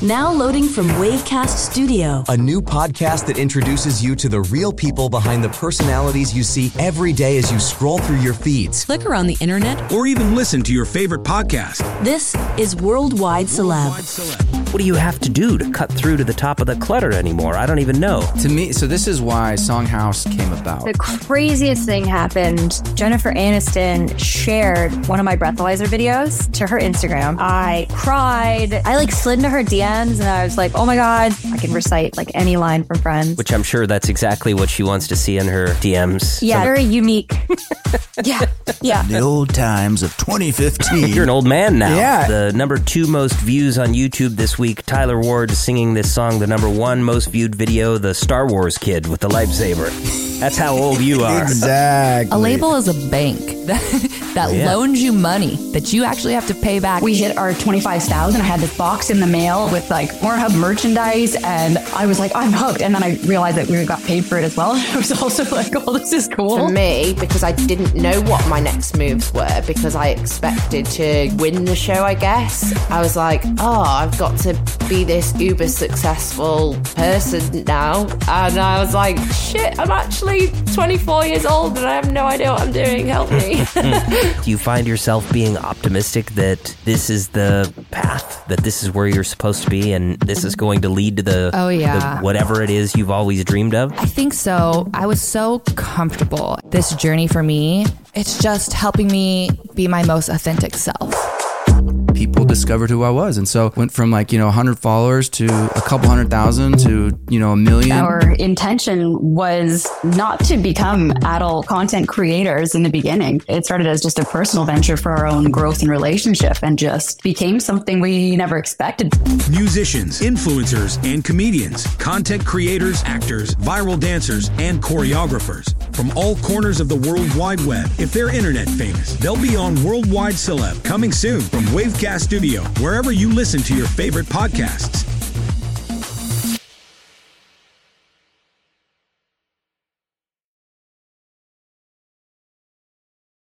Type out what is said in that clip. Now loading from Wavecast Studio. a new podcast that introduces you to the real people behind the personalities you see every day as you scroll through your feeds. Click around the internet. or even listen to your favorite podcast. This is Worldwide Celeb. What do you have to do to cut through to the top of the clutter anymore? I don't even know. To me, so this is why Songhouse came about. The craziest thing happened. Jennifer Aniston shared one of my breathalyzer videos to her Instagram. I cried. I like slid into her DMs and I was like, oh my God, I can recite like any line from Friends. Which I'm sure that's exactly what she wants to see in her DMs. yeah, very unique. yeah, yeah. The old times of 2015. You're an old man now. Yeah. The number two most views on YouTube this week, Tyler Ward singing this song, the number one most viewed video, the Star Wars kid with the lightsaber. That's how old you are. exactly. A label is a bank that, that Yeah. loans you money that you actually have to pay back. We hit our 25,000. I had this box in the mail with like more hub merchandise and I was like, I'm hooked. And then I realized that we got paid for it as well. I was also like, oh, this is cool. for me because I didn't know what my next moves were because I expected to win the show, I guess. I was like, oh, I've got to be this uber successful person now. And I was like, shit, I'm actually 24 years old and I have no idea what I'm doing. Help me. Do you find yourself being optimistic that this is the path, that this is where you're supposed to be, and this is going to lead to the, Oh, yeah. the whatever it is you've always dreamed of? I think so. I was so comfortable. This journey for me, it's just helping me be my most authentic self. People discovered who I was, and so went from like you know 100 followers to a couple hundred thousand to you know a million. Our intention was not to become adult content creators in the beginning. It started as just a personal venture for our own growth and relationship and just became something we never expected. Musicians, influencers, and comedians, content creators, actors, viral dancers, and choreographers from all corners of the World Wide Web. If they're internet famous, they'll be on Worldwide Celeb coming soon from Wavecast Studio, wherever you listen to your favorite podcasts.